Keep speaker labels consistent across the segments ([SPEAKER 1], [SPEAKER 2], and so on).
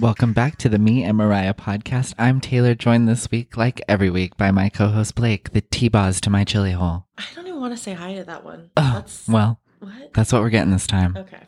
[SPEAKER 1] Welcome back to the Me and Mariah podcast. I'm Taylor, joined this week, like every week, by my co host Blake, the T Boz to my chili hole.
[SPEAKER 2] I don't even want to say hi to that one.
[SPEAKER 1] Oh,
[SPEAKER 2] That's
[SPEAKER 1] well,
[SPEAKER 2] what?
[SPEAKER 1] that's what we're getting this time.
[SPEAKER 2] Okay.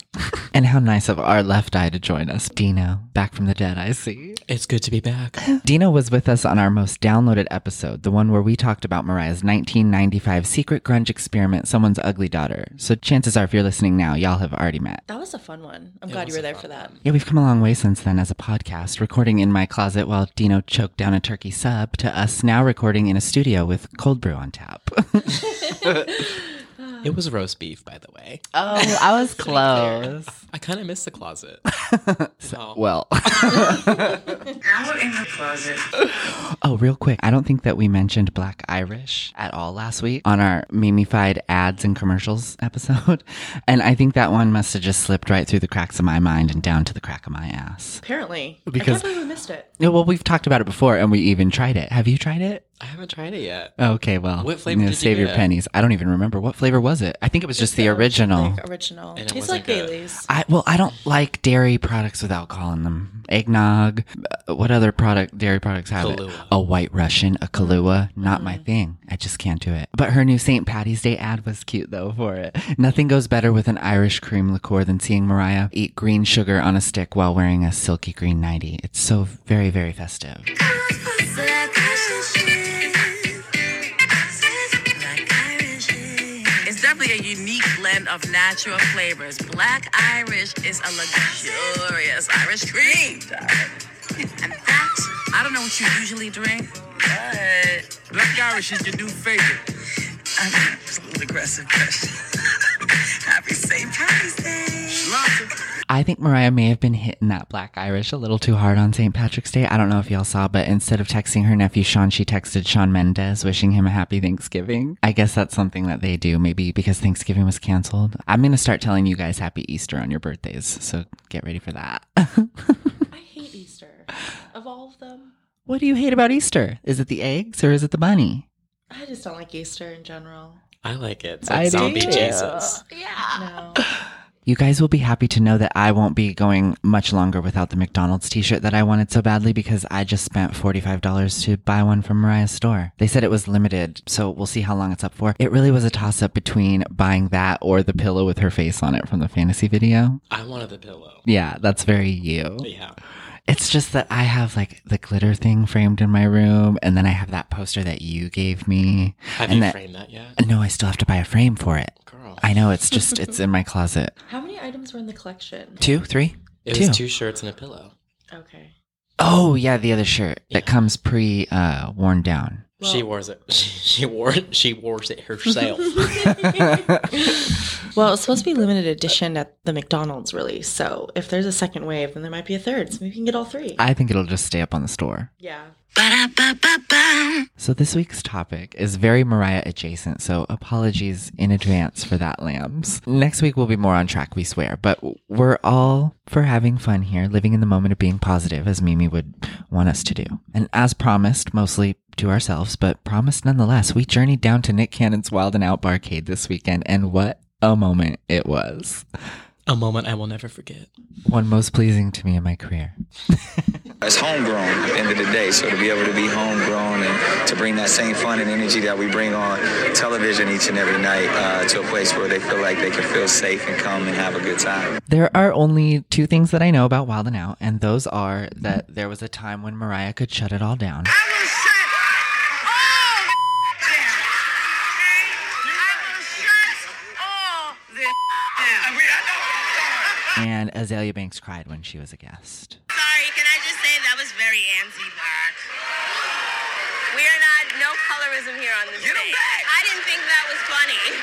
[SPEAKER 1] And how nice of our left eye to join us, Dino, back from the dead, I see.
[SPEAKER 3] It's good to be back.
[SPEAKER 1] Dino was with us on our most downloaded episode, the one where we talked about Mariah's 1995 secret grunge experiment, Someone's Ugly Daughter. So chances are, if you're listening now, y'all have already met.
[SPEAKER 2] That was a fun one. I'm glad you
[SPEAKER 3] was
[SPEAKER 2] were
[SPEAKER 3] a
[SPEAKER 2] there
[SPEAKER 3] fun
[SPEAKER 2] for that.
[SPEAKER 1] Yeah, we've come a long way since then as a podcast, recording in my closet while Dino choked down a turkey sub to us now recording in a studio with cold brew on tap.
[SPEAKER 3] It was roast beef, by the way.
[SPEAKER 1] Oh, I was close.
[SPEAKER 3] I kind of miss the closet. Oh.
[SPEAKER 1] Well,
[SPEAKER 4] Out in the closet.
[SPEAKER 1] oh, real quick, I don't think that we mentioned Black Irish at all last week on our memeified ads and commercials episode. And I think that one must have just slipped right through the cracks of my mind and down to the crack of my ass.
[SPEAKER 2] Apparently.
[SPEAKER 1] Because-
[SPEAKER 2] I can't believe we missed it.
[SPEAKER 1] Yeah, well, we've talked about it before and we even tried it. Have you tried it?
[SPEAKER 3] I haven't tried it yet.
[SPEAKER 1] Okay, well,
[SPEAKER 3] What flavor
[SPEAKER 1] you know,
[SPEAKER 3] did you
[SPEAKER 1] save your
[SPEAKER 3] get?
[SPEAKER 1] pennies. I don't even remember what flavor was it. I think it was just the original.
[SPEAKER 2] Like original.
[SPEAKER 3] it
[SPEAKER 2] Tastes
[SPEAKER 3] wasn't
[SPEAKER 2] like
[SPEAKER 3] good.
[SPEAKER 2] Bailey's.
[SPEAKER 1] I well, I don't like dairy products with alcohol in them. Eggnog. uh, What other product dairy products have it?
[SPEAKER 3] Kahlua. Mm-hmm.
[SPEAKER 1] A White Russian, a Kahlua. Not my thing. I just can't do it. But her new St. Patty's Day ad was cute though for it. Nothing goes better with an Irish cream liqueur than seeing Mariah eat green sugar on a stick while wearing a silky green nightie. It's so very very festive.
[SPEAKER 4] It's definitely a unique blend of natural flavors. Black Irish is a luxurious Irish cream. darling. And that, I don't know what you usually drink, but. Black Irish is your new favorite. I mean, it's a little aggressive, but. Happy St. Patty's Day.
[SPEAKER 1] I think Mariah may have been hitting that black Irish a little too hard on St. Patrick's Day. I don't know if y'all saw, but instead of texting her nephew Sean, she texted Sean Mendez wishing him a happy Thanksgiving. I guess that's something that they do, maybe because Thanksgiving was canceled. I'm going to start telling you guys happy Easter on your birthdays, so get ready for that.
[SPEAKER 2] I hate Easter. Of all of them,
[SPEAKER 1] what do you hate about Easter? Is it the eggs or is it the bunny?
[SPEAKER 2] I just don't like Easter in general.
[SPEAKER 3] I like it. It's
[SPEAKER 1] I
[SPEAKER 3] like
[SPEAKER 1] do
[SPEAKER 3] zombie
[SPEAKER 1] too.
[SPEAKER 3] Jesus.
[SPEAKER 2] No.
[SPEAKER 1] You guys will be happy to know that I won't be going much longer without the McDonald's t shirt that I wanted so badly because I just spent $45 to buy one from Mariah's store. They said it was limited, so we'll see how long it's up for. It really was a toss up between buying that or the pillow with her face on it from the fantasy video.
[SPEAKER 3] I wanted the pillow.
[SPEAKER 1] Yeah, that's very you.
[SPEAKER 3] Yeah.
[SPEAKER 1] It's just that I have like the glitter thing framed in my room, and then I have that poster that you gave me.
[SPEAKER 3] Have
[SPEAKER 1] and
[SPEAKER 3] you
[SPEAKER 1] that-
[SPEAKER 3] framed that yet?
[SPEAKER 1] No, I still have to buy a frame for it.
[SPEAKER 3] Girl.
[SPEAKER 1] I know it's just, it's in my closet.
[SPEAKER 2] How many items were in the collection?
[SPEAKER 1] Two, three?
[SPEAKER 3] it was two shirts and a pillow.
[SPEAKER 2] Okay.
[SPEAKER 1] Oh yeah, the other shirt
[SPEAKER 3] Yeah.
[SPEAKER 1] that comes pre uh, worn down.
[SPEAKER 3] she
[SPEAKER 2] Well-
[SPEAKER 3] wears it. She wore it. She wears it herself.
[SPEAKER 2] Well, it's supposed to be limited edition at the McDonald's release. So if there's a second wave, then there might be a third. So maybe we can get all three.
[SPEAKER 1] I think it'll just stay up on the store.
[SPEAKER 2] yeah.
[SPEAKER 4] Ba-da-ba-ba-bum.
[SPEAKER 1] So this week's topic is very Mariah adjacent, so apologies in advance for that, lambs. Next week we'll be more on track, we swear, but we're all for having fun here, living in the moment of being positive, as Mimi would want us to do. And as promised, mostly to ourselves, but promised nonetheless, we journeyed down to Nick Cannon's Wild and Out Barcade this weekend, and what a moment it was.
[SPEAKER 3] a moment I will never forget.
[SPEAKER 1] One most pleasing to me in my career.
[SPEAKER 5] It's homegrown at the end of the day. So to be able to be homegrown and to bring that same fun and energy that we bring on television each and every night uh, to a place where they feel like they can feel safe and come and have a good time.
[SPEAKER 1] There are only two things that I know about Wild and Out, and those are that
[SPEAKER 3] Mm-hmm.
[SPEAKER 1] there was a time when Mariah could shut it all down.
[SPEAKER 4] I will shut all down. Okay? I will shut all this down.
[SPEAKER 1] And Azalea Banks cried when she was a guest.
[SPEAKER 4] Sorry, can I just say that was very anti-black? We are not no colorism here on this Get stage. I didn't think that was funny.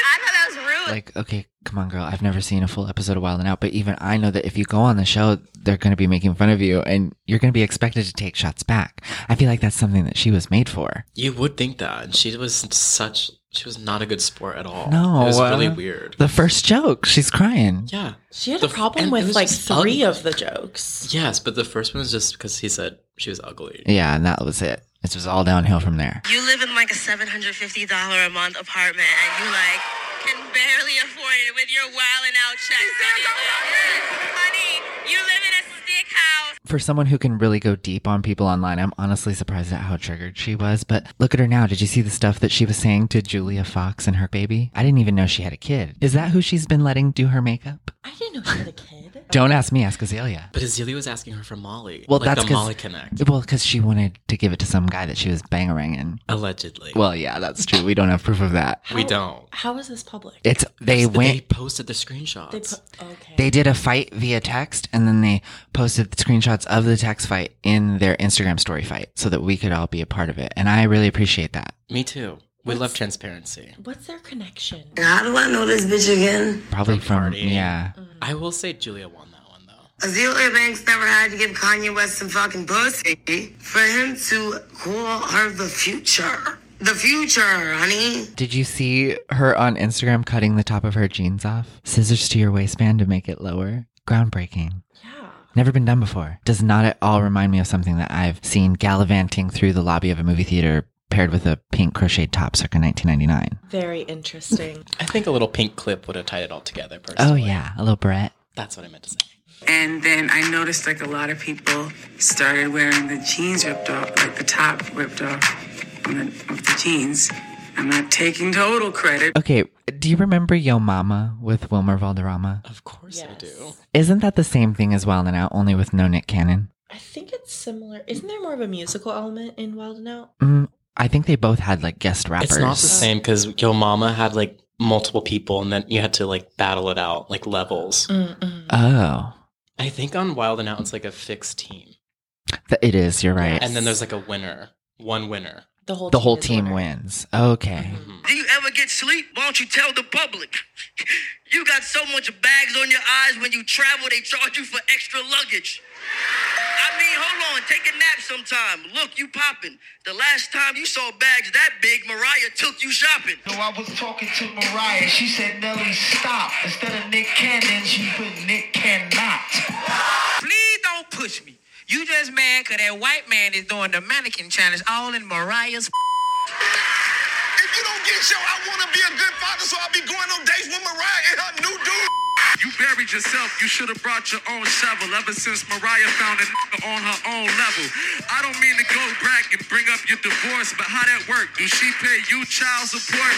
[SPEAKER 4] I thought that was rude.
[SPEAKER 1] Like, okay, come on, girl. I've never seen a full episode of Wild and Out, but even I know that if you go on the show, they're going to be making fun of you and you're going to be expected to take shots back. I feel like that's something that she was made for.
[SPEAKER 3] You would think that. And she was such. She was not a good sport at all.
[SPEAKER 1] No.
[SPEAKER 3] It was
[SPEAKER 1] uh,
[SPEAKER 3] really weird.
[SPEAKER 1] The first joke, she's crying.
[SPEAKER 3] yeah.
[SPEAKER 2] She had
[SPEAKER 3] The
[SPEAKER 2] a
[SPEAKER 3] f-
[SPEAKER 2] problem
[SPEAKER 3] and it
[SPEAKER 2] with
[SPEAKER 3] was
[SPEAKER 2] like
[SPEAKER 3] just
[SPEAKER 2] three
[SPEAKER 3] ugly.
[SPEAKER 2] of the jokes.
[SPEAKER 3] Yes, but the first one was just because he said she was ugly.
[SPEAKER 1] Yeah, and that was it. It's just all downhill from there.
[SPEAKER 4] You live in like a $750 a month apartment and you like can barely afford it with your wildin' out checks. Honey, you live in a stick house.
[SPEAKER 1] For someone who can really go deep on people online, I'm honestly surprised at how triggered she was. But look at her now. Did you see the stuff that she was saying to Julia Fox and her baby? I didn't even know she had a kid. Is that who she's been letting do her makeup?
[SPEAKER 2] I didn't know she had a kid.
[SPEAKER 1] Don't ask me, ask Azalea.
[SPEAKER 3] But Azealia was asking her for Molly.
[SPEAKER 1] Well,
[SPEAKER 3] like
[SPEAKER 1] that's
[SPEAKER 3] the
[SPEAKER 1] 'cause-
[SPEAKER 3] Molly Connect,
[SPEAKER 1] Well, because she wanted to give it to some guy that she was bangeranging.
[SPEAKER 3] allegedly.
[SPEAKER 1] Well, yeah, that's true. We don't have proof of that.
[SPEAKER 3] we don't.
[SPEAKER 2] How is this public?
[SPEAKER 1] It's they
[SPEAKER 3] They
[SPEAKER 1] went.
[SPEAKER 3] posted the screenshots.
[SPEAKER 2] They put, okay.
[SPEAKER 1] They did a fight via text, and then they posted the screenshots of the text fight in their Instagram story fight, so that we could all be a part of it. And I really appreciate that.
[SPEAKER 3] Me too. We
[SPEAKER 2] What's-
[SPEAKER 3] love transparency.
[SPEAKER 2] What's their connection?
[SPEAKER 4] How do I know this bitch again?
[SPEAKER 1] Probably from,
[SPEAKER 3] partying.
[SPEAKER 1] yeah.
[SPEAKER 2] Mm.
[SPEAKER 3] I will say Julia won that one though.
[SPEAKER 4] Azealia Banks never had to give Kanye West some fucking pussy for him to call her the future. The future, honey.
[SPEAKER 1] Did you see her on Instagram cutting the top of her jeans off? Scissors to your waistband to make it lower. Groundbreaking.
[SPEAKER 2] Yeah.
[SPEAKER 1] Never been done before. Does not at all remind me of something that I've seen gallivanting through the lobby of a movie theater paired with a pink crocheted top circa 1999.
[SPEAKER 2] Very interesting.
[SPEAKER 3] I think a little pink clip would have tied it all together. Personally.
[SPEAKER 1] Oh, yeah. A little Brett.
[SPEAKER 3] That's what I meant to say.
[SPEAKER 6] And then I noticed like a lot of people started wearing the jeans ripped off, like the top ripped off on the, of the jeans. I'm not taking total credit.
[SPEAKER 1] Okay. Do you remember Yo Mama with Wilmer Valderrama?
[SPEAKER 3] Of course I
[SPEAKER 2] Yes.
[SPEAKER 3] do.
[SPEAKER 1] Isn't that the same thing as Wild and Out, only with no Nick Cannon?
[SPEAKER 2] I think it's similar. Isn't there more of a musical element in Wild and Out?
[SPEAKER 1] Mm, I think they both had like guest rappers.
[SPEAKER 3] It's not the same because Yo Mama had like multiple people, and then you had to like battle it out like levels.
[SPEAKER 2] Mm. Mm-mm.
[SPEAKER 1] Oh,
[SPEAKER 3] I think on Wild and Out it's like a fixed team,
[SPEAKER 1] Th- it is. You're right.
[SPEAKER 3] and then there's like a winner, one winner.
[SPEAKER 2] The whole
[SPEAKER 1] the whole
[SPEAKER 2] is
[SPEAKER 1] team
[SPEAKER 2] ordered.
[SPEAKER 1] wins. Okay.
[SPEAKER 4] Do you ever get sleep? Why don't you tell the public? You got so much bags on your eyes when you travel, they charge you for extra luggage. I mean, hold on, take a nap sometime. Look, you popping. The last time you saw bags that big, Mariah took you shopping.
[SPEAKER 7] So I was talking to Mariah. She said, Nelly, stop. Instead of Nick Cannon, she put Nick cannot.
[SPEAKER 8] Please don't push me. You just mad cause that white man is doing the mannequin challenge all in Mariah's
[SPEAKER 9] If you don't get your, I want to be a good father, so I'll be going on dates with Mariah and her new dude. You buried yourself. You should have brought your own shovel ever since Mariah found a nigga on her own level. I don't mean to go back and bring up your divorce, but how that work? Do she pay you child support?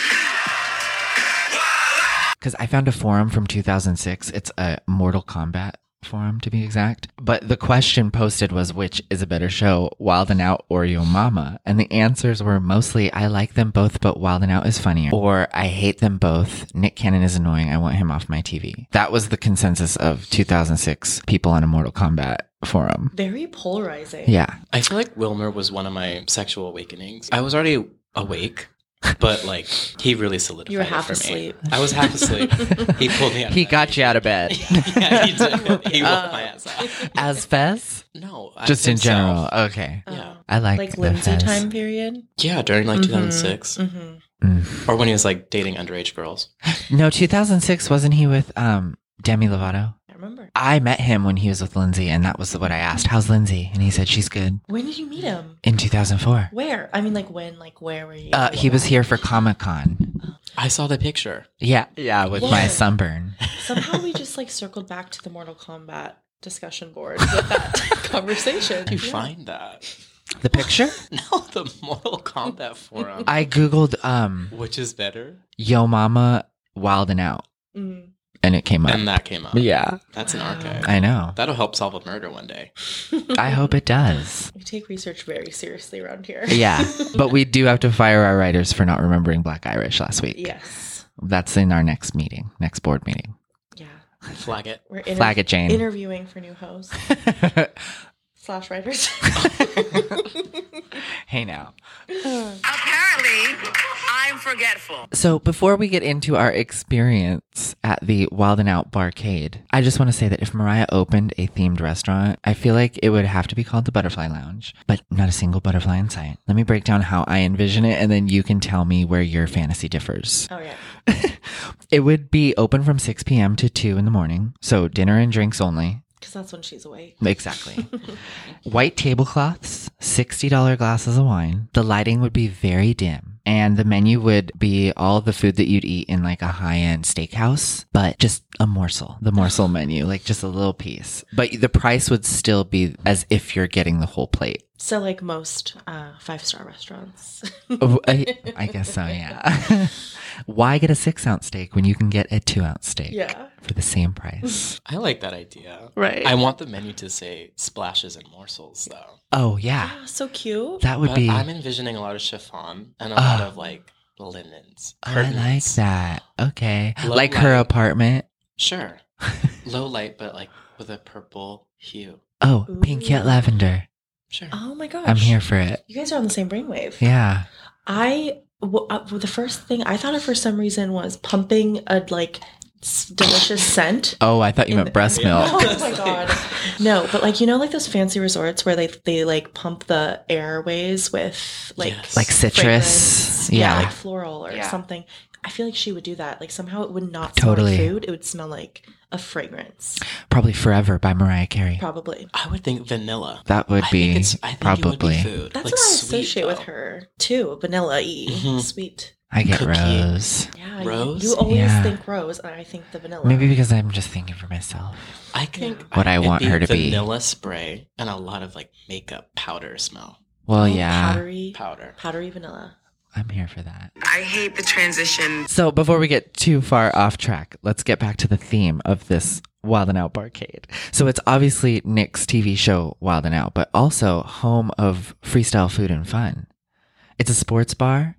[SPEAKER 1] Because I found a forum from 2006. It's a Mortal Kombat forum, to be exact. But the question posted was, which is a better show, Wild and Out or Yo Mama? And the answers were mostly, I like them both, but Wild and Out is funnier. Or I hate them both. Nick Cannon is annoying. I want him off my TV. That was the consensus of 2006 people on a Mortal Kombat forum.
[SPEAKER 2] Very polarizing.
[SPEAKER 1] Yeah.
[SPEAKER 3] I feel like Wilmer was one of my sexual awakenings. I was already awake, but like he really solidified.
[SPEAKER 2] You were
[SPEAKER 3] it
[SPEAKER 2] half
[SPEAKER 3] for me.
[SPEAKER 2] asleep.
[SPEAKER 3] I was half asleep. he pulled me out. of
[SPEAKER 1] He
[SPEAKER 3] bed.
[SPEAKER 1] got you out of bed.
[SPEAKER 3] yeah, he did. He
[SPEAKER 2] Uh,
[SPEAKER 3] woke
[SPEAKER 2] Um,
[SPEAKER 3] my ass out.
[SPEAKER 1] As Fez?
[SPEAKER 3] No, I
[SPEAKER 1] Just in
[SPEAKER 3] think so.
[SPEAKER 1] general. Okay.
[SPEAKER 3] Yeah,
[SPEAKER 1] I like,
[SPEAKER 2] um, Like
[SPEAKER 1] the
[SPEAKER 2] Lindsay
[SPEAKER 1] Fez.
[SPEAKER 2] time period.
[SPEAKER 3] yeah, during like 2006,
[SPEAKER 2] Mm-hmm.
[SPEAKER 3] or when he was like dating underage girls.
[SPEAKER 1] No, 2006 wasn't he with um Demi Lovato?
[SPEAKER 2] I remember.
[SPEAKER 1] I met him when he was with Lindsay, and that was what I asked. How's Lindsay? And he said she's good.
[SPEAKER 2] When did you meet him?
[SPEAKER 1] In 2004,
[SPEAKER 2] Where? I mean, like when? Like where were you?
[SPEAKER 1] uh, he was here for Comic Con.
[SPEAKER 3] I saw the picture.
[SPEAKER 1] Yeah, yeah, with my
[SPEAKER 2] Yeah.
[SPEAKER 1] sunburn.
[SPEAKER 2] Somehow we just like circled back to the Mortal Kombat discussion board with that conversation.
[SPEAKER 3] Did you
[SPEAKER 2] Yeah.
[SPEAKER 3] find that?
[SPEAKER 1] The picture?
[SPEAKER 3] No, the Mortal Kombat forum.
[SPEAKER 1] I googled um
[SPEAKER 3] Which is better?
[SPEAKER 1] Yo Mama Wild and Out,
[SPEAKER 2] Mm.
[SPEAKER 1] and it came up.
[SPEAKER 3] And that came up.
[SPEAKER 1] yeah,
[SPEAKER 3] That's an archive.
[SPEAKER 1] I know.
[SPEAKER 3] That'll help solve a murder one day.
[SPEAKER 1] I hope it does.
[SPEAKER 2] We take research very seriously around here.
[SPEAKER 1] Yeah, but we do have to fire our writers for not remembering Black Irish last week.
[SPEAKER 2] Yes.
[SPEAKER 1] That's in our next meeting, next board meeting.
[SPEAKER 2] Yeah.
[SPEAKER 3] Flag it.
[SPEAKER 2] We're inter-
[SPEAKER 1] Flag it, Jane.
[SPEAKER 2] interviewing for new hosts slash writers.
[SPEAKER 1] hey now.
[SPEAKER 4] Apparently, I'm forgetful.
[SPEAKER 1] So before we get into our experience at the Wild and Out Barcade, I just want to say that if Mariah opened a themed restaurant, I feel like it would have to be called the Butterfly Lounge, but not a single butterfly in sight. Let me break down how I envision it, and then you can tell me where your fantasy differs.
[SPEAKER 2] oh yeah.
[SPEAKER 1] It would be open from 6 p.m. to 2 in the morning, so dinner and drinks only.
[SPEAKER 2] because that's when she's awake.
[SPEAKER 1] Exactly. White tablecloths, $60 glasses of wine. The lighting would be very dim, and the menu would be all the food that you'd eat in like a high end steakhouse, but just a morsel, the morsel menu, like just a little piece. But the price would still be as if you're getting the whole plate.
[SPEAKER 2] So, like most uh, five star restaurants,
[SPEAKER 1] Oh, I, I guess so, yeah. Why get a six ounce steak when you can get a two ounce steak
[SPEAKER 2] Yeah.
[SPEAKER 1] for the same price?
[SPEAKER 3] I like that idea.
[SPEAKER 2] right?
[SPEAKER 3] I want the menu to say splashes and morsels, though.
[SPEAKER 1] Oh, yeah.
[SPEAKER 2] Ah, so cute.
[SPEAKER 1] That would
[SPEAKER 3] But
[SPEAKER 1] be.
[SPEAKER 3] I'm envisioning a lot of chiffon and a lot of like linens.
[SPEAKER 1] Oh, I like
[SPEAKER 3] curtains.
[SPEAKER 1] that. Okay.
[SPEAKER 3] Low
[SPEAKER 1] like her
[SPEAKER 3] light.
[SPEAKER 1] apartment.
[SPEAKER 3] Sure. Low light, but like with a purple hue.
[SPEAKER 1] Oh, pink yet
[SPEAKER 2] Ooh.
[SPEAKER 1] lavender.
[SPEAKER 3] Sure.
[SPEAKER 1] Uh,
[SPEAKER 2] oh my gosh!
[SPEAKER 1] I'm here for it.
[SPEAKER 2] You guys are on the same brainwave.
[SPEAKER 1] Yeah.
[SPEAKER 2] I w- uh, well, the first thing I thought of for some reason was pumping a like s- delicious scent.
[SPEAKER 1] Oh, I thought you
[SPEAKER 2] In
[SPEAKER 1] meant
[SPEAKER 2] the-
[SPEAKER 1] breast
[SPEAKER 2] Oh
[SPEAKER 1] milk.
[SPEAKER 2] my god! No, but like you know, like those fancy resorts where they they like pump the airways with like
[SPEAKER 3] Yes.
[SPEAKER 1] Like citrus.
[SPEAKER 2] fragrance.
[SPEAKER 1] Yeah.
[SPEAKER 2] like floral or something. I feel like she would do that. Like somehow it would not
[SPEAKER 1] Totally.
[SPEAKER 2] smell like food; it would smell like a fragrance,
[SPEAKER 1] Probably Forever by Mariah Carey.
[SPEAKER 2] probably.
[SPEAKER 3] I would think vanilla.
[SPEAKER 1] That would
[SPEAKER 3] I
[SPEAKER 1] be
[SPEAKER 3] think it's, I think
[SPEAKER 1] probably.
[SPEAKER 3] It would be food.
[SPEAKER 2] That's
[SPEAKER 3] Like,
[SPEAKER 2] what I
[SPEAKER 3] sweet,
[SPEAKER 2] associate with
[SPEAKER 3] though.
[SPEAKER 2] her too. Vanilla y,
[SPEAKER 1] Mm-hmm.
[SPEAKER 3] Mhm.
[SPEAKER 2] sweet.
[SPEAKER 1] I get
[SPEAKER 3] Cookie.
[SPEAKER 1] rose.
[SPEAKER 2] Yeah, you-
[SPEAKER 3] Rose?
[SPEAKER 2] You, always
[SPEAKER 1] Yeah.
[SPEAKER 2] think rose, and I think the vanilla.
[SPEAKER 1] Maybe because I'm just thinking for myself.
[SPEAKER 3] I think
[SPEAKER 1] What I
[SPEAKER 3] it'd
[SPEAKER 1] want her to be.
[SPEAKER 3] vanilla spray and a lot of like makeup powder smell.
[SPEAKER 1] Well,
[SPEAKER 2] Oh,
[SPEAKER 1] yeah.
[SPEAKER 2] powdery,
[SPEAKER 3] Powder.
[SPEAKER 2] powdery vanilla.
[SPEAKER 1] I'm here for that.
[SPEAKER 6] I hate the transition.
[SPEAKER 1] So before we get too far off track, let's get back to the theme of this Wild and Out Barcade. So it's obviously Nick's TV show Wild and Out, but also home of freestyle food and fun. It's a sports bar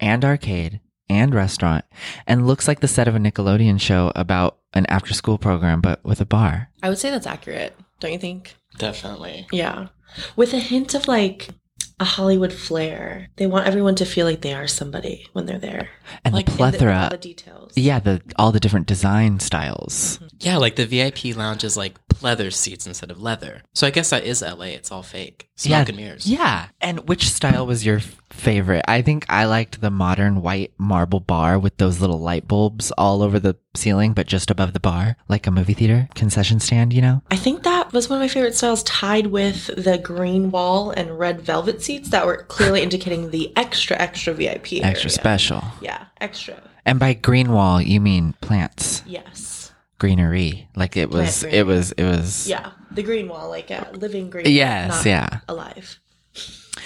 [SPEAKER 1] and arcade and restaurant and looks like the set of a Nickelodeon show about an after school program, but with a bar.
[SPEAKER 2] I would say that's accurate, don't you think?
[SPEAKER 3] Definitely.
[SPEAKER 2] Yeah, with a hint of like a Hollywood flair. They want everyone to feel like they are somebody when they're there.
[SPEAKER 1] And
[SPEAKER 3] Like,
[SPEAKER 1] the
[SPEAKER 3] and
[SPEAKER 2] And the-
[SPEAKER 1] plethora.
[SPEAKER 2] all the details.
[SPEAKER 1] yeah, the all the different design styles.
[SPEAKER 3] Yeah, like the VIP lounge is like leather seats instead of leather. So I guess that is LA. It's all fake. Smoke and mirrors.
[SPEAKER 1] Yeah. And which style was your f- favorite? I think I liked the modern white marble bar with those little light bulbs all over the ceiling, but just above the bar, like a movie theater concession stand, you know?
[SPEAKER 2] I think that was one of my favorite styles, tied with the green wall and red velvet seats that were clearly indicating the extra, extra VIP.
[SPEAKER 1] Extra
[SPEAKER 2] area.
[SPEAKER 1] special.
[SPEAKER 2] Yeah, extra.
[SPEAKER 1] And by green wall, you mean plants,
[SPEAKER 2] Yes.
[SPEAKER 1] greenery. Like it was,
[SPEAKER 2] Plant
[SPEAKER 1] it was, it was.
[SPEAKER 2] Yeah, the green wall, like a living green.
[SPEAKER 1] Yes,
[SPEAKER 2] not
[SPEAKER 1] yeah.
[SPEAKER 2] Alive.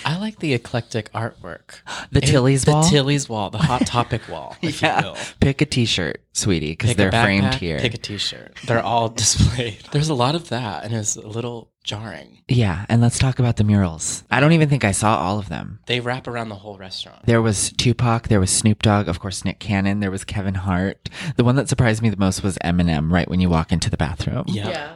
[SPEAKER 3] I like the eclectic artwork.
[SPEAKER 1] The Tilly's
[SPEAKER 3] the
[SPEAKER 1] wall.
[SPEAKER 3] Tilly's wall, the Hot Topic wall, if you
[SPEAKER 1] yeah.
[SPEAKER 3] will.
[SPEAKER 1] Pick a t shirt, sweetie, because
[SPEAKER 3] Pick a
[SPEAKER 1] they're framed
[SPEAKER 3] backpack,
[SPEAKER 1] here.
[SPEAKER 3] Pick a t-shirt. They're all displayed. There's a lot of that, and it's a little jarring.
[SPEAKER 1] yeah. And let's talk about the murals. I don't even think I saw all of them.
[SPEAKER 3] They wrap around the whole restaurant.
[SPEAKER 1] There was Tupac, there was Snoop Dogg, of course, Nick Cannon, there was Kevin Hart. The one that surprised me the most was Eminem right when you walk into the bathroom.
[SPEAKER 3] yeah,
[SPEAKER 2] yeah.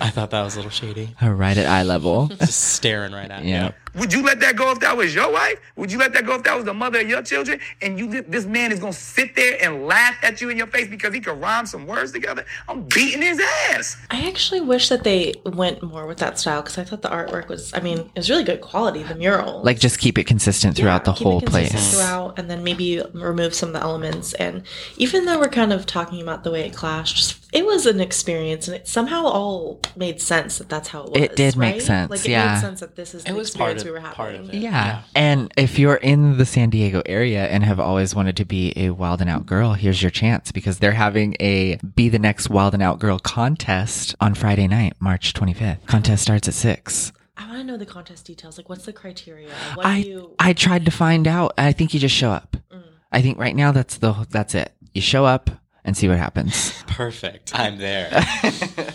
[SPEAKER 3] I thought that was a little shady.
[SPEAKER 1] Her right at eye level.
[SPEAKER 3] Just staring right at
[SPEAKER 1] yeah.
[SPEAKER 3] you.
[SPEAKER 9] Would you let that go if that was your wife? Would you let that go if that was the mother of your children? And you, this man is gonna sit there and laugh at you in your face because he could rhyme some words together. I'm beating his ass.
[SPEAKER 2] I actually wish that they went more with that style because I thought the artwork was, I mean, it was really good quality, the mural.
[SPEAKER 1] Like just keep it consistent throughout the
[SPEAKER 2] keep it
[SPEAKER 1] whole
[SPEAKER 2] consistent
[SPEAKER 1] place.
[SPEAKER 2] Throughout, and then maybe remove some of the elements. And even though we're kind of talking about the way it clashed, it was an experience, and it somehow all made sense that that's how it was.
[SPEAKER 1] It did make
[SPEAKER 2] right?
[SPEAKER 1] sense,
[SPEAKER 2] Like it
[SPEAKER 1] yeah.
[SPEAKER 2] made sense that this is the
[SPEAKER 3] It was part
[SPEAKER 2] experience
[SPEAKER 3] of
[SPEAKER 2] we were having.
[SPEAKER 3] part of it.
[SPEAKER 1] Yeah. And if you're in the San Diego area and have always wanted to be a wild and out girl, here's your chance because they're having a Be the Next Wild and Out Girl contest on Friday night, March 25th. Contest starts at 6.
[SPEAKER 2] I want to know the contest details. Like, what's the criteria? What
[SPEAKER 1] I
[SPEAKER 2] do you?
[SPEAKER 1] I tried to find out. I think you just show up. I think right now that's the that's it. You show up and see what happens.
[SPEAKER 3] Perfect. I'm there.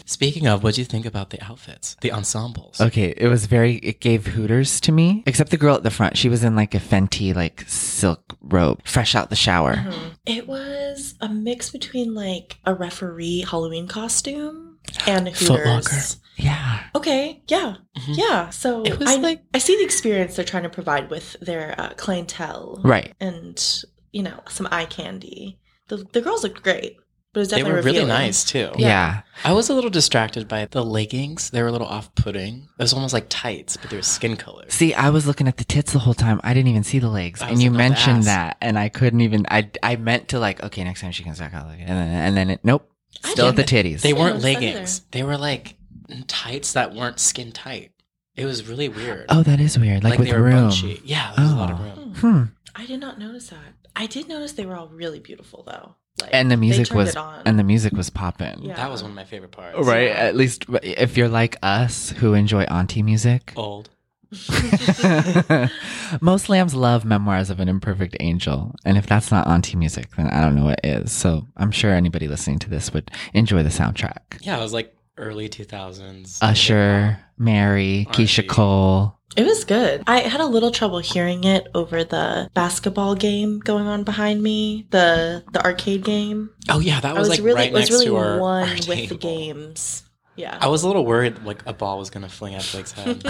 [SPEAKER 3] Speaking of, what'd you think about the outfits, the ensembles?
[SPEAKER 1] Okay, it was very. It gave Hooters to me, except the girl at the front. She was in like a Fenty like silk robe, fresh out the shower.
[SPEAKER 2] It was a mix between like a referee Halloween costume and Hooters.
[SPEAKER 3] Foot Locker.
[SPEAKER 1] Yeah,
[SPEAKER 2] Okay, yeah,
[SPEAKER 3] Mm-hmm.
[SPEAKER 2] yeah. So
[SPEAKER 3] It was
[SPEAKER 2] I,
[SPEAKER 3] like-
[SPEAKER 2] I see the experience they're trying to provide with their uh, clientele,
[SPEAKER 1] right.
[SPEAKER 2] And you know, some eye candy. The the girls looked great, but it was
[SPEAKER 3] They
[SPEAKER 2] definitely
[SPEAKER 3] were really
[SPEAKER 2] revealing.
[SPEAKER 3] nice too.
[SPEAKER 1] Yeah.
[SPEAKER 3] I was a little distracted by the leggings. They were a little off-putting. It was almost like tights, but they were skin colored.
[SPEAKER 1] See, I was looking at the tits the whole time. I didn't even see the legs,
[SPEAKER 3] I
[SPEAKER 1] and
[SPEAKER 3] was
[SPEAKER 1] you
[SPEAKER 3] looking at the
[SPEAKER 1] mentioned
[SPEAKER 3] ass.
[SPEAKER 1] that, and I couldn't even. I I meant to like, okay, next time she comes back, I'll look, at it. and then and then it, nope,
[SPEAKER 2] I
[SPEAKER 1] still at the
[SPEAKER 2] didn't-
[SPEAKER 1] titties.
[SPEAKER 3] They
[SPEAKER 2] Yeah,
[SPEAKER 3] weren't
[SPEAKER 2] it's either.
[SPEAKER 3] leggings. They were like tights that weren't skin tight. It was really weird.
[SPEAKER 1] Oh, that is weird. Like, with
[SPEAKER 3] they were
[SPEAKER 1] room.
[SPEAKER 3] bunchy. Yeah, there was a lot of
[SPEAKER 1] Oh.
[SPEAKER 3] room.
[SPEAKER 1] Hmm.
[SPEAKER 2] I did not notice that. I did notice they were all really beautiful though. Like,
[SPEAKER 1] And the
[SPEAKER 2] they
[SPEAKER 1] music
[SPEAKER 2] turned
[SPEAKER 1] was
[SPEAKER 2] it on.
[SPEAKER 1] and the music was popping.
[SPEAKER 2] Oh, Yeah.
[SPEAKER 3] That was one of my favorite parts.
[SPEAKER 1] Oh, Right. At least if you're like us who enjoy auntie music.
[SPEAKER 3] Old.
[SPEAKER 1] Most lambs love memoirs of an imperfect angel. And if that's not auntie music, then I don't know what is. So I'm sure anybody listening to this would enjoy the soundtrack.
[SPEAKER 3] Yeah, it was like early 2000s.
[SPEAKER 1] Uh, Usher, Mary,
[SPEAKER 3] Auntie.
[SPEAKER 1] Keisha Cole.
[SPEAKER 2] It was good. I had a little trouble hearing it over the basketball game going on behind me, the the arcade game.
[SPEAKER 3] Oh yeah, that
[SPEAKER 2] I
[SPEAKER 3] was,
[SPEAKER 2] was
[SPEAKER 3] like
[SPEAKER 2] really
[SPEAKER 3] right
[SPEAKER 2] was
[SPEAKER 3] next
[SPEAKER 2] really
[SPEAKER 3] to our
[SPEAKER 2] one
[SPEAKER 3] our
[SPEAKER 2] with the
[SPEAKER 3] table.
[SPEAKER 2] games. Yeah.
[SPEAKER 3] I was a little worried like a ball was gonna fling at Blake's head.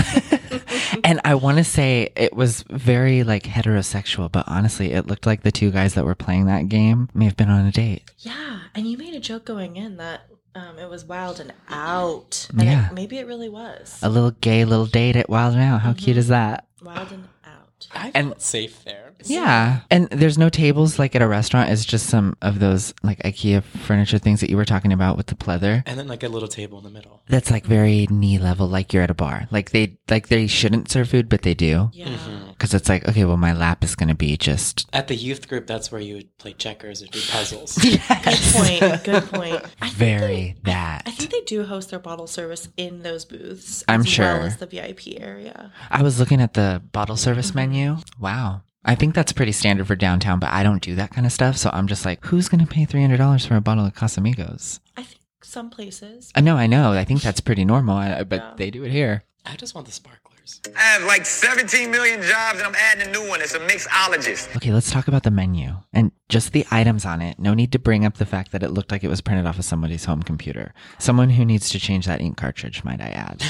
[SPEAKER 1] And I want to say it was very like heterosexual, but honestly, it looked like the two guys that were playing that game may have been on a date.
[SPEAKER 2] yeah, and you made a joke going in that um, it was wild and out. And
[SPEAKER 1] Yeah.
[SPEAKER 2] it, maybe it really was.
[SPEAKER 1] A little gay little date at Wild and Out. How cute is
[SPEAKER 2] Mm-hmm.
[SPEAKER 1] that?
[SPEAKER 2] wild and out.
[SPEAKER 3] I
[SPEAKER 1] And-
[SPEAKER 3] felt safe there.
[SPEAKER 1] Yeah. And there's no tables like at a restaurant. It's just some of those like IKEA furniture things that you were talking about with the pleather.
[SPEAKER 3] And then like a little table in the middle.
[SPEAKER 1] That's like very knee level, like you're at a bar. Like they like they shouldn't serve food, but they do.
[SPEAKER 2] Yeah.
[SPEAKER 1] Because it's like, okay, well, my lap is going to be just
[SPEAKER 3] At the youth group, that's where you would play checkers or do puzzles.
[SPEAKER 1] Mm-hmm.
[SPEAKER 2] Good point. Good point. I think
[SPEAKER 1] very
[SPEAKER 2] they-
[SPEAKER 1] that.
[SPEAKER 2] I think they do host their bottle service in those booths.
[SPEAKER 1] I'm
[SPEAKER 2] as
[SPEAKER 1] sure.
[SPEAKER 2] Well as the VIP area.
[SPEAKER 1] I was looking at the bottle service
[SPEAKER 2] Mm-hmm.
[SPEAKER 1] menu. Wow. I think that's pretty standard for downtown, but I don't do that kind of stuff. So I'm just like, who's going to pay $300 for a bottle of Casamigos?
[SPEAKER 2] I think some places.
[SPEAKER 1] I know, I know. I think that's pretty normal, I, I- but
[SPEAKER 2] Yeah.
[SPEAKER 1] they do it here.
[SPEAKER 3] I just want the sparklers.
[SPEAKER 5] I have like 17 million jobs and I'm adding a new one. It's a mixologist.
[SPEAKER 1] Okay, let's talk about the menu and just the items on it. No need to bring up the fact that it looked like it was printed off of somebody's home computer. Someone who needs to change that ink cartridge, might I add.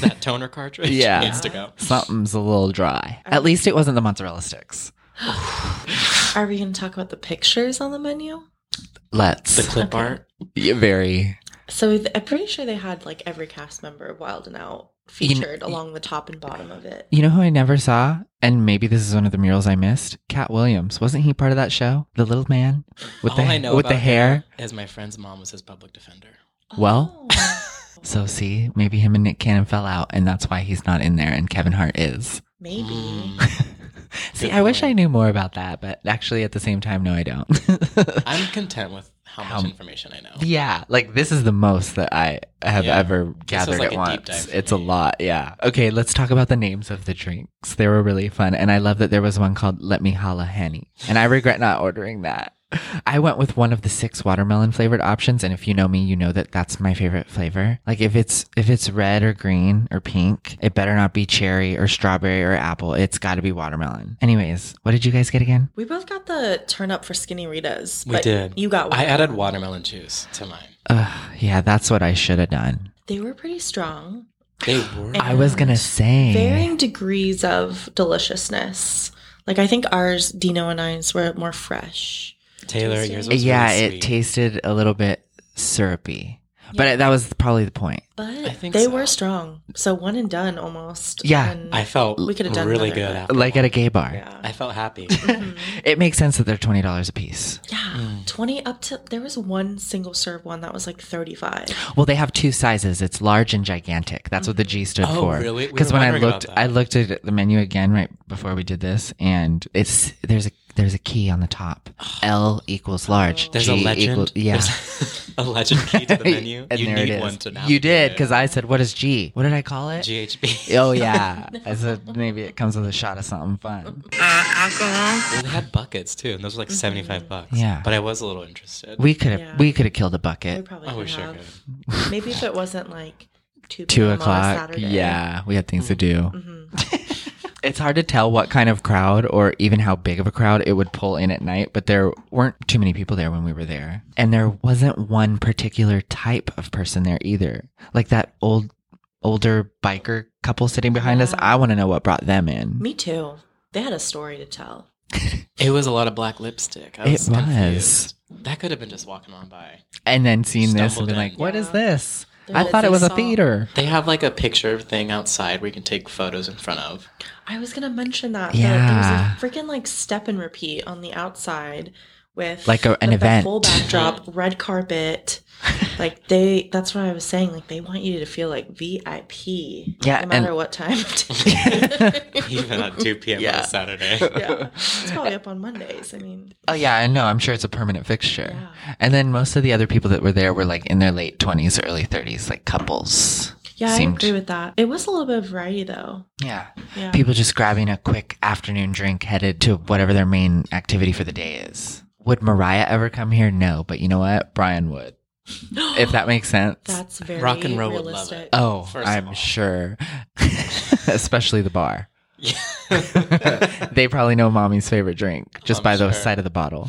[SPEAKER 3] That toner cartridge
[SPEAKER 1] Yeah.
[SPEAKER 3] needs to go.
[SPEAKER 1] Something's a little dry. At least it wasn't the mozzarella sticks.
[SPEAKER 2] Are we going to talk about the pictures on the menu?
[SPEAKER 1] Let's.
[SPEAKER 3] The clip art.
[SPEAKER 1] Yeah, very.
[SPEAKER 2] So th- I'm pretty sure they had like every cast member of Wild and Out
[SPEAKER 1] You kn-
[SPEAKER 2] featured along the top and bottom of it.
[SPEAKER 1] You know who I never saw? And maybe this is one of the murals I missed. Cat Williams. Wasn't he part of that show? The little man with
[SPEAKER 3] All
[SPEAKER 1] the
[SPEAKER 3] I know
[SPEAKER 1] with the
[SPEAKER 3] about
[SPEAKER 1] hair.
[SPEAKER 3] As my friend's mom was his public defender.
[SPEAKER 1] Well.
[SPEAKER 2] Oh,
[SPEAKER 1] So see, maybe him and Nick Cannon fell out and that's why he's not in there and Kevin Hart is.
[SPEAKER 2] maybe.
[SPEAKER 1] Hmm. See,
[SPEAKER 3] Good
[SPEAKER 1] I wish
[SPEAKER 3] point.
[SPEAKER 1] I knew more about that, but actually at the same time no I don't.
[SPEAKER 3] I'm content with how much
[SPEAKER 1] How-
[SPEAKER 3] information I know.
[SPEAKER 1] yeah, like this is the most that I have
[SPEAKER 3] Yeah.
[SPEAKER 1] ever gathered
[SPEAKER 3] like
[SPEAKER 1] at
[SPEAKER 3] a deep dive
[SPEAKER 1] once.
[SPEAKER 3] for
[SPEAKER 1] It's a
[SPEAKER 3] me.
[SPEAKER 1] lot, yeah. Okay, let's talk about the names of the drinks. They were really fun and I love that there was one called Let Me Holla Henny. And I regret not ordering that. I went with one of the six watermelon flavored options and if you know me, you know that that's my favorite flavor. Like if it's if it's red or green or pink, it better not be cherry or strawberry or apple. It's got to be watermelon. Anyways, what did you guys get again?
[SPEAKER 2] We both got the turn up for Skinny Rita's.
[SPEAKER 3] We
[SPEAKER 2] but
[SPEAKER 3] did.
[SPEAKER 2] You got one.
[SPEAKER 3] I added watermelon juice to mine.
[SPEAKER 1] Ugh, yeah, that's what I should have done.
[SPEAKER 2] they were pretty strong.
[SPEAKER 3] They were.
[SPEAKER 1] I was going to say
[SPEAKER 2] Varying degrees of deliciousness. Like I think ours, Dino and I's, were more fresh.
[SPEAKER 3] Taylor, yours was
[SPEAKER 1] yeah,
[SPEAKER 3] really
[SPEAKER 1] it
[SPEAKER 3] sweet.
[SPEAKER 1] tasted a little bit syrupy, but that was probably the point.
[SPEAKER 2] But
[SPEAKER 3] I think
[SPEAKER 2] they
[SPEAKER 3] so.
[SPEAKER 2] were strong. So one and done almost.
[SPEAKER 1] Yeah,
[SPEAKER 2] And
[SPEAKER 3] I felt
[SPEAKER 2] We could've done
[SPEAKER 3] really
[SPEAKER 2] another.
[SPEAKER 3] good after
[SPEAKER 1] Like at a gay bar,
[SPEAKER 2] yeah.
[SPEAKER 3] I felt happy.
[SPEAKER 1] it makes sense that they're twenty dollars a piece.
[SPEAKER 2] Yeah, 20 up to there was one single serve one that was like 35.
[SPEAKER 1] Well, they have two sizes. It's large and gigantic. That's what the G stood
[SPEAKER 3] Oh,
[SPEAKER 1] for.
[SPEAKER 3] really? We
[SPEAKER 1] Because
[SPEAKER 3] were
[SPEAKER 1] when I
[SPEAKER 3] wondering
[SPEAKER 1] looked,
[SPEAKER 3] about that.
[SPEAKER 1] I looked at the menu again right before we did this, and it's there's a there's a key on the top. L equals large.
[SPEAKER 3] There's
[SPEAKER 1] G
[SPEAKER 3] a legend.
[SPEAKER 1] equals- yeah.
[SPEAKER 3] There's a legend key to the menu.
[SPEAKER 1] and
[SPEAKER 3] you
[SPEAKER 1] there
[SPEAKER 3] need
[SPEAKER 1] it is.
[SPEAKER 3] one to navigate
[SPEAKER 1] you did
[SPEAKER 3] it.
[SPEAKER 1] because I said, "What is G? What did I call it?"
[SPEAKER 3] GHB.
[SPEAKER 1] Oh yeah. I said maybe it comes with a shot of something fun.
[SPEAKER 6] Uh, alcohol.
[SPEAKER 3] Well, they had buckets too, and those were like seventy-five bucks.
[SPEAKER 1] Mm-hmm. Yeah.
[SPEAKER 3] but I was a little interested.
[SPEAKER 1] We could have
[SPEAKER 2] Yeah.
[SPEAKER 1] we could have killed a
[SPEAKER 2] We
[SPEAKER 1] bucket.
[SPEAKER 2] probably
[SPEAKER 3] oh, we
[SPEAKER 2] could
[SPEAKER 3] sure
[SPEAKER 2] have.
[SPEAKER 3] could.
[SPEAKER 2] Maybe if it wasn't like
[SPEAKER 1] Two
[SPEAKER 2] 2 p.m. on a
[SPEAKER 1] o'clock.
[SPEAKER 2] Saturday. Mm-hmm.
[SPEAKER 1] Yeah, we had things to do. it's hard to tell what kind of crowd or even how big of a crowd it would pull in at night, but there weren't too many people there when we were there, and there wasn't one particular type of person there either. Like that old older biker couple sitting behind us. I want to know what brought them in.
[SPEAKER 2] Uh-huh. Me too. They had a story to tell.
[SPEAKER 3] It was a lot of black lipstick. I
[SPEAKER 1] It
[SPEAKER 3] was
[SPEAKER 1] was.
[SPEAKER 3] confused. That could have been just walking on by.
[SPEAKER 1] and then seeing this and
[SPEAKER 3] Stumbled
[SPEAKER 1] being
[SPEAKER 3] in.
[SPEAKER 1] like, "What is
[SPEAKER 2] Yeah.
[SPEAKER 1] this?"
[SPEAKER 2] They're
[SPEAKER 1] I
[SPEAKER 2] like,
[SPEAKER 1] thought it
[SPEAKER 2] they
[SPEAKER 1] was a
[SPEAKER 2] saw-
[SPEAKER 1] theater.
[SPEAKER 3] They have like a picture thing outside where you can take photos in front of.
[SPEAKER 2] I was going to mention that.
[SPEAKER 1] Yeah.
[SPEAKER 2] But there was a freaking like step and repeat on the outside with
[SPEAKER 1] Like a- an
[SPEAKER 2] with that full
[SPEAKER 1] event.
[SPEAKER 2] backdrop, red carpet. like they, that's what I was saying. Like they want you to feel like VIP,
[SPEAKER 1] Yeah,
[SPEAKER 2] no
[SPEAKER 1] and-
[SPEAKER 2] matter what time. of day.
[SPEAKER 3] Even at 2 p.m. on
[SPEAKER 1] Yeah.
[SPEAKER 3] a Saturday.
[SPEAKER 2] yeah, it's probably up on Mondays. I mean,
[SPEAKER 1] Oh yeah, I know. I'm sure it's a permanent fixture. And then most of the other people that were there were like in their late 20s, early 30s, like couples.
[SPEAKER 2] yeah,
[SPEAKER 1] Seemed-
[SPEAKER 2] I agree with that. It was a little bit of variety though.
[SPEAKER 1] Yeah.
[SPEAKER 2] Yeah.
[SPEAKER 1] People just grabbing a quick afternoon drink headed to whatever their main activity for the day is. Would Mariah ever come here? No, but you know what? Brian would. if that makes sense.
[SPEAKER 2] That's very
[SPEAKER 3] Rock and roll would love
[SPEAKER 2] realistic.
[SPEAKER 1] oh,
[SPEAKER 3] First of
[SPEAKER 1] I'm
[SPEAKER 3] all.
[SPEAKER 1] sure. Especially the bar.
[SPEAKER 3] Yeah.
[SPEAKER 1] They probably know mommy's favorite drink just
[SPEAKER 3] I'm
[SPEAKER 1] by the
[SPEAKER 3] sure.
[SPEAKER 1] side of the bottle.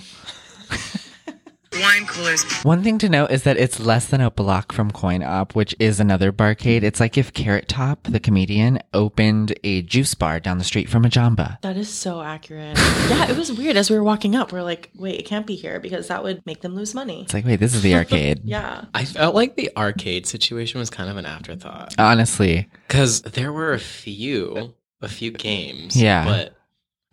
[SPEAKER 4] Wine coolers,
[SPEAKER 1] One thing to note is that it's less than a block from Coin Op, which is another barcade. It's like if Carrot Top, the comedian, opened a juice bar down the street from a Jamba.
[SPEAKER 2] That is so accurate. yeah, it was weird as we were walking up. We're like, wait, it can't be here because that would make them lose money.
[SPEAKER 1] It's like, wait, this is the arcade.
[SPEAKER 2] Yeah.
[SPEAKER 3] I felt like the arcade situation was kind of an afterthought.
[SPEAKER 1] Honestly,
[SPEAKER 3] Because there were a few, a few games.
[SPEAKER 1] Yeah.
[SPEAKER 3] But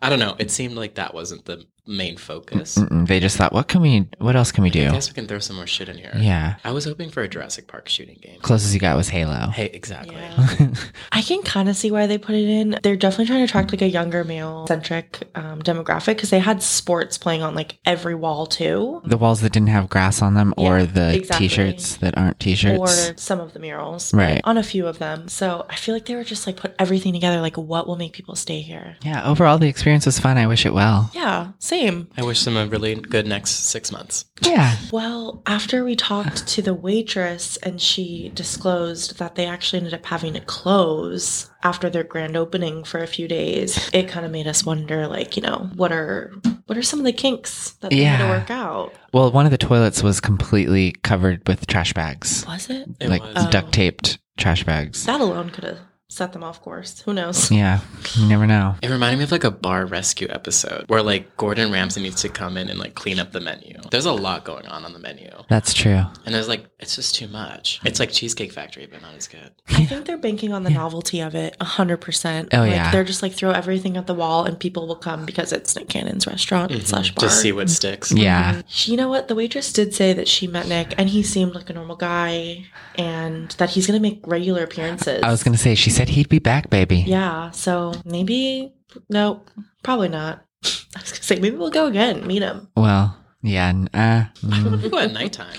[SPEAKER 3] I don't know. It seemed like that wasn't the main focus.
[SPEAKER 1] mm-mm, they just thought, what can we, what else can we do?
[SPEAKER 3] I guess we can throw some more shit in here.
[SPEAKER 1] Yeah.
[SPEAKER 3] I was hoping for a Jurassic Park shooting game.
[SPEAKER 1] Closest you got was Halo.
[SPEAKER 3] Hey, exactly.
[SPEAKER 2] Yeah. I can kind of see why they put it in. They're definitely trying to attract like a younger male centric um, demographic because they had sports playing on like every wall too,
[SPEAKER 1] The walls that didn't have grass on them or
[SPEAKER 2] Yeah,
[SPEAKER 1] the
[SPEAKER 2] exactly.
[SPEAKER 1] t-shirts that aren't t-shirts.
[SPEAKER 2] or some of the murals,
[SPEAKER 1] Right.
[SPEAKER 2] On a few of them. So I feel like they were just like put everything together. Like, what will make people stay here?
[SPEAKER 1] yeah, overall the experience was fun. I wish it well.
[SPEAKER 2] Yeah, same.
[SPEAKER 3] I wish them a really good next six months.
[SPEAKER 1] Yeah.
[SPEAKER 2] Well, after we talked to the waitress and she disclosed that they actually ended up having to close after their grand opening for a few days, it kind of made us wonder like, you know, what are what are some of the kinks that they had to
[SPEAKER 1] Yeah.
[SPEAKER 2] work out?
[SPEAKER 1] Well, one of the toilets was completely covered with trash bags.
[SPEAKER 2] Was it?
[SPEAKER 3] It
[SPEAKER 1] like
[SPEAKER 3] was.
[SPEAKER 1] duct taped trash bags.
[SPEAKER 2] That alone could have set them off course. Who knows?
[SPEAKER 1] Yeah, you never know.
[SPEAKER 3] It reminded me of like a bar rescue episode where like Gordon Ramsay needs to come in and like clean up the menu. There's a lot going on on the menu,
[SPEAKER 1] That's true.
[SPEAKER 3] and there's like it's just too much. It's like Cheesecake Factory, but not as good.
[SPEAKER 2] I think they're banking on the novelty of it 100%.
[SPEAKER 1] Oh,
[SPEAKER 2] like,
[SPEAKER 1] yeah.
[SPEAKER 2] They're just like throw everything at the wall and people will come because it's Nick Cannon's restaurant slash bar.
[SPEAKER 3] Mm-hmm. Just see what sticks.
[SPEAKER 1] Yeah.
[SPEAKER 2] She- You know what? The waitress did say that she met Nick and he seemed like a normal guy and that he's going to make regular appearances.
[SPEAKER 1] I was going to say, she said he'd be back, baby.
[SPEAKER 2] yeah. So maybe, no, probably not. I was going to say, maybe we'll go again, meet him.
[SPEAKER 1] Well, yeah. n- Uh, mm.
[SPEAKER 3] We go at nighttime.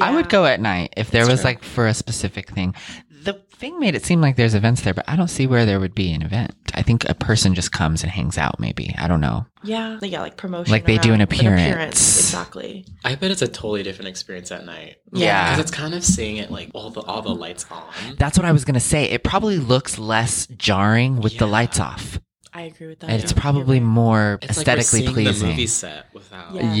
[SPEAKER 1] I would
[SPEAKER 2] Yeah.
[SPEAKER 1] go at night if there was like for a specific thing. The thing made it seem like there's events there, but I don't see where there would be an event. I think a person just comes and hangs out, maybe. I don't know.
[SPEAKER 2] Yeah. Like, Yeah. Like promotion.
[SPEAKER 1] Like they do
[SPEAKER 2] around
[SPEAKER 1] an
[SPEAKER 2] an
[SPEAKER 1] appearance.
[SPEAKER 2] Exactly.
[SPEAKER 3] I bet it's a totally different experience at night.
[SPEAKER 1] Yeah.
[SPEAKER 3] because it's kind of seeing it like all the all the lights on.
[SPEAKER 1] That's what I was going to say. It probably looks less jarring with the
[SPEAKER 3] Yeah.
[SPEAKER 1] lights off.
[SPEAKER 2] I agree with that.
[SPEAKER 1] And it's
[SPEAKER 2] You're
[SPEAKER 1] probably
[SPEAKER 2] right.
[SPEAKER 1] more
[SPEAKER 3] It's
[SPEAKER 1] aesthetically
[SPEAKER 3] like we're seeing
[SPEAKER 1] pleasing.
[SPEAKER 3] The movie set without
[SPEAKER 2] Yeah.
[SPEAKER 3] we're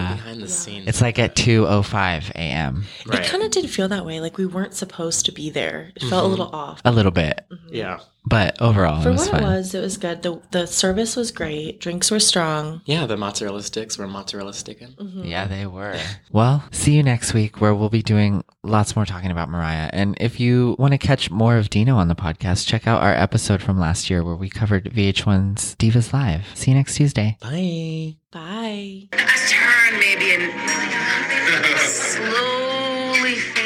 [SPEAKER 1] yeah.
[SPEAKER 3] behind the scenes.
[SPEAKER 1] It's like at
[SPEAKER 3] it.
[SPEAKER 1] 2:05 a.m.
[SPEAKER 3] right.
[SPEAKER 2] It kind of did feel that way. Like we weren't supposed to be there. It felt a little off.
[SPEAKER 1] A little bit,
[SPEAKER 3] yeah,
[SPEAKER 1] but overall
[SPEAKER 2] For
[SPEAKER 1] it was
[SPEAKER 2] what
[SPEAKER 1] fun.
[SPEAKER 2] it was, it was good. The, the service was great. Drinks were strong.
[SPEAKER 3] yeah. The mozzarella sticks were mozzarella sticking.
[SPEAKER 1] Mm-hmm. Yeah, they were. well, see you next week where we'll be doing lots more talking about Mariah. And if you want to catch more of Dino on the podcast, check out our episode from last year where we covered VH1's Divas Live. See you next Tuesday.
[SPEAKER 3] Bye.
[SPEAKER 2] Bye.
[SPEAKER 4] a turn maybe and slowly